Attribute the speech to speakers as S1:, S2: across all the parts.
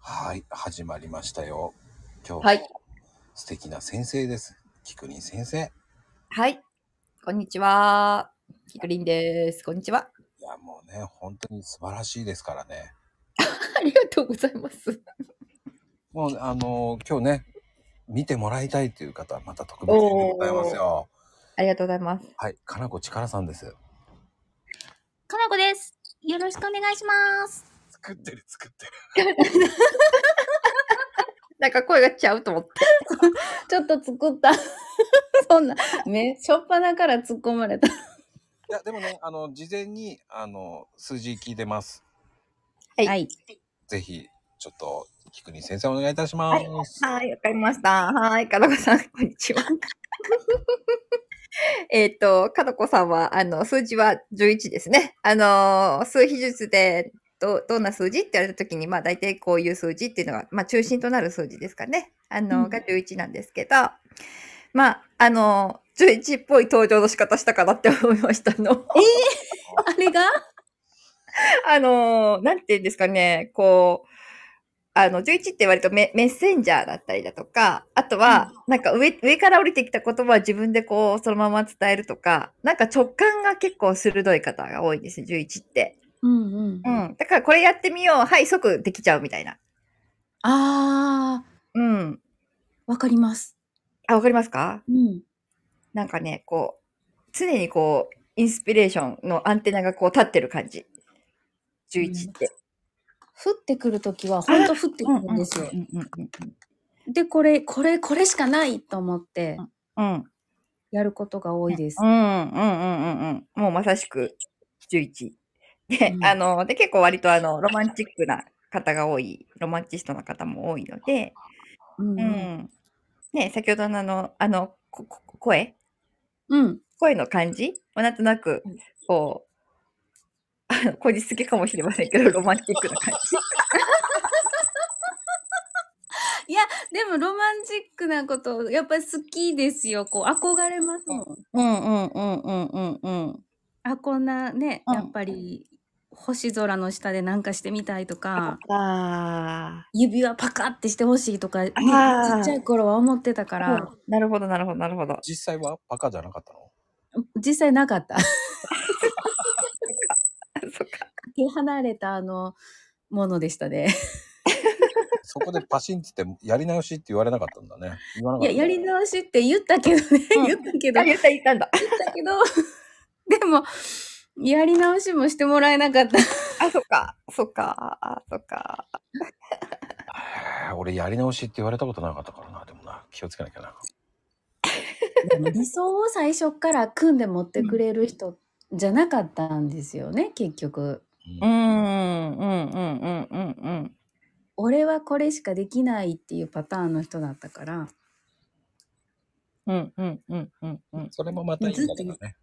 S1: はい、始まりましたよ。今日、
S2: はい。
S1: 素敵な先生です。菊林先生。
S2: はい。こんにちは。きくりんです。こんにちは。
S1: いや、もうね、本当に素晴らしいですからね。
S2: ありがとうございます。
S1: もう、あのー今日ね、見てもらいたいという方はまた特別にでございますよ。
S2: ありがとうございます。
S1: はい、かなこちからさんです。
S3: かなこです。よろしくお願いします。
S1: 作ってる、作ってる。
S2: なんか声がちゃうと 思って。
S3: ちょっと作 った。そんな、め、しょっぱなから突っ込まれた。
S1: いや、でもね、あの、事前に、あの、数字聞いてます。
S2: はい
S3: はい。
S1: ぜひ、ちょっと、菊林先生お願いいたします。
S2: はい、わかりました。はい、かのこさん、こんにちは。 えっと、かのこさんは、あの、数字は11ですね。あのー、数比術で、ど、どんな数字って言われたときに、まあ、大体こういう数字っていうのが、まあ、中心となる数字ですかね。あの
S3: う
S2: ー、
S3: ん
S2: が11なんですけど、まあ、あのー、11っぽい登場の仕方したかなって思いましたの。
S3: あれが
S2: あのーなんて言うんですかね、こう、あの、11って割とメメッセンジャーだったりだとか、あとは、なんか上、上から降りてきた言葉は自分でこう、そのまま伝えるとか、なんか直感が結構鋭い方が多いんですよ、11って。
S3: うんうん。
S2: う
S3: あ
S2: ん。だからこれやってみよう。はい、即できちゃうみたいな。
S3: あ
S2: うん。
S3: ー、わかります。
S2: あ、わかりますか
S3: うん。
S2: なんかね、こう、常にこう、インスピレーションのアンテナがこう立ってる感じ。11って。
S3: 降ってくるときは、ほんと降ってくるんですよ。で、これ、これ、これしかないと思って、
S2: うん。
S3: やることが多いです
S2: う。んうんうんうんうん。もうまさしく11。で、
S3: うん
S2: あの、で、結構割とあの、ロマンチックな方が多い、ロマンチストな方も多いので、
S3: うん
S2: う
S3: うん。
S2: ん。ね、先ほどのあの、あの、ここ声
S3: うん。
S2: 声の感じもなんとなく
S3: うん、
S2: こう、 あの、こじつけかもしれませんけど、ロマンチックな感じ。
S3: でも、ロマンチックなこと、やっぱり好きですよ。こう、憧れますもん。
S2: うんうんうんうんうんうん。
S3: あ、こんなね、
S2: うん
S3: やっぱり、星空の下でなんかしてみたいとか。
S2: あ
S3: 指輪パカってしてほしいとか、ね、ち
S2: あー
S3: っちゃい頃は思ってたか
S2: あ。
S3: ら、
S2: なるほどなるほどなるほど。
S1: 実際はバカじゃなかったの
S3: 実際なかった。
S2: そっか。
S3: 手離れたあのものでしたね。
S1: そこでパシンって言って、やり直しって言われなかったんだね。言わないかっ
S3: や、
S1: た。
S3: やり直しって言ったけどね、
S2: うん
S3: 言ったけど、
S2: あ、
S3: 言っ
S2: 言った言ったんだ。
S3: たけど、 でも、やり直しもしてもらえなかった。
S2: あ、そっか。そっか。あそっか。
S1: へえ俺やり直しって言われたことなかったからなでもな気をつけなきゃな
S3: 理想を最初から組んで持ってくれる人じゃなかったんですよね、結局。
S2: うーんうんうんうんうんうん。
S3: 俺はこれしかできないっていうパターンの人だったから、
S2: うんうんうんうんうん。
S1: それもまたいいんだけどね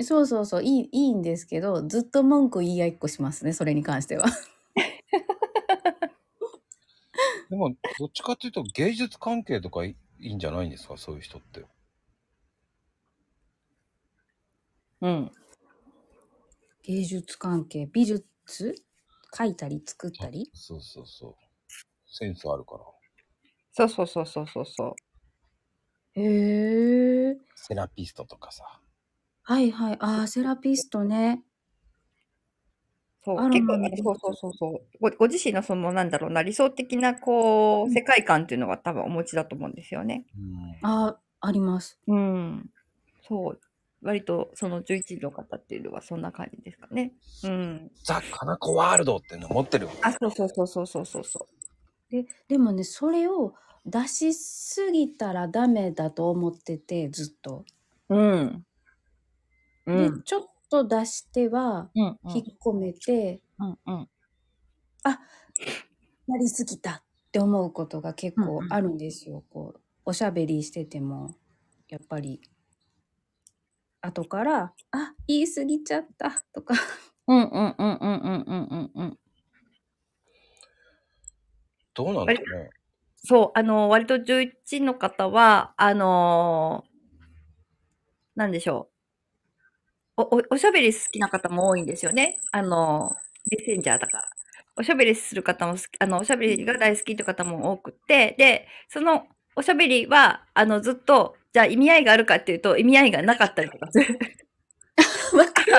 S3: そうそうそう、いい、いいんですけど、ずっと文句言い合いっこしますね、それに関しては。
S1: でもどっちかっていうと芸術関係とかいいいんじゃないんですかそういう人って
S2: うん。
S3: 芸術関係美術書いたり作ったり
S1: そうそうそうセンスあるから
S2: そうそうそうそうそうそう。
S3: へえ
S1: セラピストとかさ
S3: はいはいあーセラピストね
S2: そ
S3: あ
S2: う
S3: ら
S2: 結構
S3: なる
S2: そ
S3: ほ
S2: うそうそうそうごご自身のそのなんだろうな理想的なこう世界観っていうのが多分お持ちだと思うんですよね。
S1: うん
S3: あーあります
S2: うん。そう。割とその11の方っていうのはそんな感じですかね。うん。
S1: ザ・カナコワールドっていうの持ってる
S2: あ、そうそうそうそうそうそうそ
S3: ででもねそれを出しすぎたらダメだと思っててずっと、
S2: う。うん。う
S3: で。ちょっと出しては
S2: うん。
S3: 引っ込めて、
S2: うん。うん。
S3: やりすぎたって思うことが結構あるんですよ、こうおしゃべりしててもやっぱり後から「あ言い過ぎちゃった」とか
S2: うん。うん。うん。うん。うん。うん。うん。
S1: どうなんだろうね
S2: そう、あの、割と11の方は、あのーなんでしょうおお。おしゃべり好きな方も多いんですよね。あのーメッセンジャーだから。おしゃべりする方も好き、あの、おしゃべりが大好きって方も多くて、で、そのおしゃべりは、あの、ずっと、じゃあ意味合いがあるかっていうと、意味合いがなかったりとかする。何てい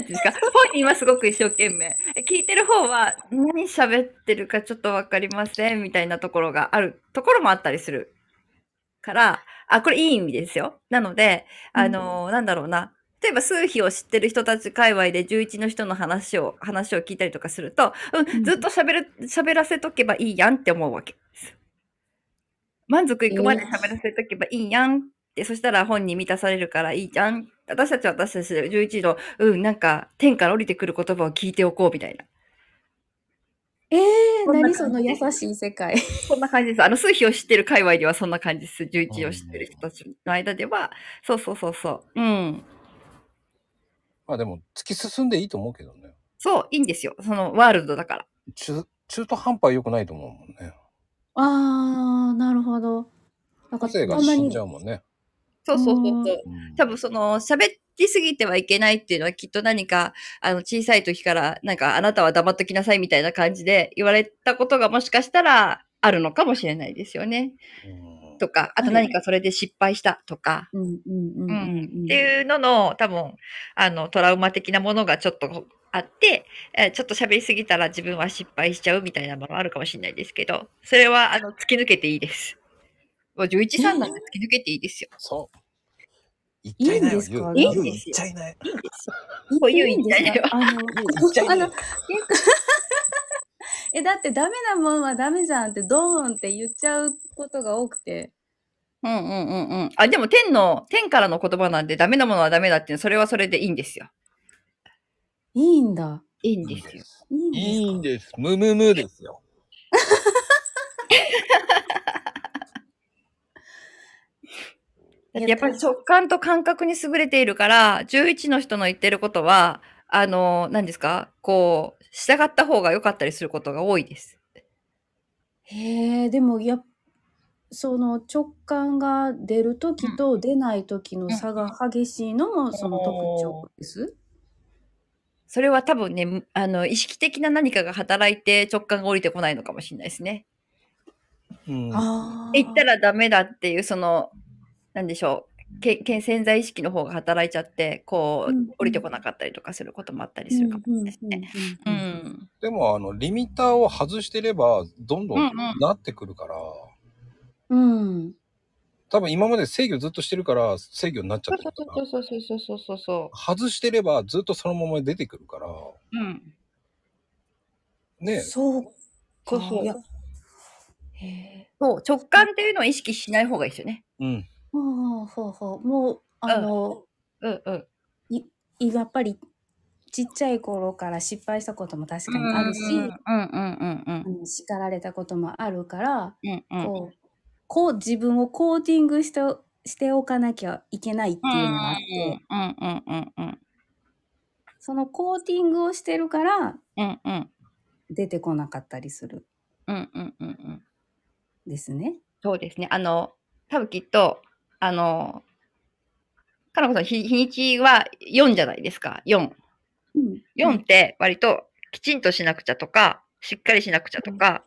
S2: うんですか本人はすごく一生懸命聞いてる方は何喋ってるかちょっと分かりませんみたいなところがあるところもあったりするからあこれいい意味ですよなのであの、なんだろうな例えば数秘を知ってる人たち界隈で11の人の話を話を聞いたりとかすると、う、
S3: うんん
S2: ずっと喋る喋らせとけばいいやんって思うわけです満足いくまで喋らせとけばいいやんって、そしたら本に満たされるからいいじゃん。私たちは私たちで11の、うん、なんか天から降りてくる言葉を聞いておこうみたいな。
S3: え
S2: こ
S3: ー、
S2: んな感
S3: 何
S2: じ
S3: その優しい世界。
S2: そんな感じです。あの、数秘を知ってる界隈ではそんな感じです。11を知ってる人たちの間では。そうそうそうそう。うん。
S1: まあでも突き進んでいいと思うけどね。
S2: そう、いいんですよ。そのワールドだから。
S1: 中、中途半端は良くないと思うもんね。
S3: あー、なるほど。なん
S1: 個
S3: か
S1: 性
S3: た
S1: が
S3: ま
S1: 死ん
S3: に
S1: じゃうもんね。
S2: そうそうそうそうう。
S1: うん
S2: 多分その喋りすぎてはいけないっていうのはきっと何かあの小さい時からなんかあなたは黙っときなさいみたいな感じで言われたことがもしかしたらあるのかもしれないですよね。
S1: うん
S2: とか、あと何かそれで失敗したとか、
S3: うんうんうんう
S2: うん
S3: んうん。
S2: っていうのの多分あのトラウマ的なものがちょっとあって、えーちょっと喋りすぎたら自分は失敗しちゃうみたいなものあるかもしれないですけど、それはあの突き抜けていいです。もう11さんなんで突き抜けていいですよ。
S1: そう。言っ
S3: い
S1: ちゃ
S3: い
S1: い
S3: ん
S1: なよ。
S3: ですか
S1: 言う
S2: いい
S1: 言
S2: ん
S1: っ
S2: ですよ
S1: ちゃいない。
S2: こういう
S3: いいんです
S2: 言いたいよ
S3: かあの
S1: 言っちゃいな
S3: あ
S1: い
S3: の。え、だってダメなもんはダメじゃんって、ドーンって言っちゃうことが多くて。
S2: うんうんうんうん。あ、でも天の、天からの言葉なんでダメなものはダメだっていうのはそれはそれでいいんですよ。
S3: いいんだ。
S2: いいんですよ。
S3: いいんです
S1: いいんです。ムムムですよ。
S2: だってやっぱり直感と感覚に優れているから、11の人の言ってることは、あの、何ですかこう、従った方が良かったりすることが多いです。
S3: へえ、でもやっその直感が出る時と出ない時の差が激しいのもその特徴です。
S2: それは多分ね、むあの、意識的な何かが働いて直感が降りてこないのかもしれないですね。
S1: うん。
S3: あー
S2: 言ったらダメだっていう、その、なんでしょう。けけ潜在意識の方が働いちゃって、こう、
S3: うん
S2: 降りてこなかったりとかすることもあったりするかもしれないですね。
S3: う
S2: うん
S3: うんうんうん
S2: ん。
S1: でも、あの、リミッターを外してれば、どんど
S2: うんうんん
S1: なってくるから、
S3: うん。
S1: 多分今まで制御ずっとしてるから、制御になっちゃってるから、
S2: そうそうそうそうそうそ
S1: 外してればずっとそのまま出てくるから、
S2: う。うん。
S1: ね
S3: そう
S2: そう
S3: か。
S2: そう
S3: いやへえ。
S2: そう直感っていうのを意識しない方がいいですよね。
S1: うん。
S3: ほうほうほう。もう、あの、
S2: うんうん。
S3: いやっぱり、ちっちゃい頃から失敗したことも確かにあるし、
S2: うんうんうんうん
S3: あの叱られたこともあるから、
S2: うんうん。
S3: こう、こう自分をコーティングして、しておかなきゃいけないっていうのがあって、
S2: うんうんうんうん
S3: そのコーティングをしてるから
S2: うんうん
S3: 出てこなかったりする
S2: うんうんうんうん。
S3: んですね。
S2: そうですね。あの、多分きっと、あの、かなこさん、日日にちは4じゃないですか。4。
S3: うん、
S2: 4って割ときちんとしなくちゃとか、しっかりしなくちゃとか、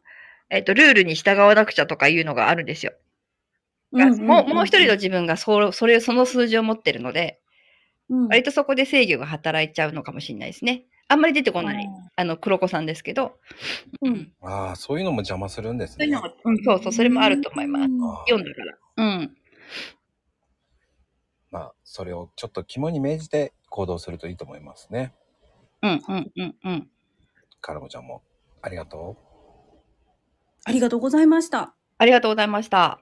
S2: えっと、ルールに従わなくちゃとかいうのがあるんですよ。がもうもう一人の自分がそうそれその数字を持ってるので、
S3: の
S2: 割とそこで制御が働いちゃうのかもしれないですね。あんまり出てこない、あの、黒子さんですけど、
S3: うん
S2: うん
S1: ああ、そういうのも邪魔するんです
S2: そうい
S1: ね
S2: う。のが、うん、そうそう、それもあると思います。
S1: ああ
S2: 読んだから。うん。
S1: まあ、それをちょっと肝に銘じて行動するといいと思いますね。
S2: うん、うん、うん、うん。
S1: カラコちゃんもありがとう。
S3: ありがとうございました。
S2: ありがとうございました。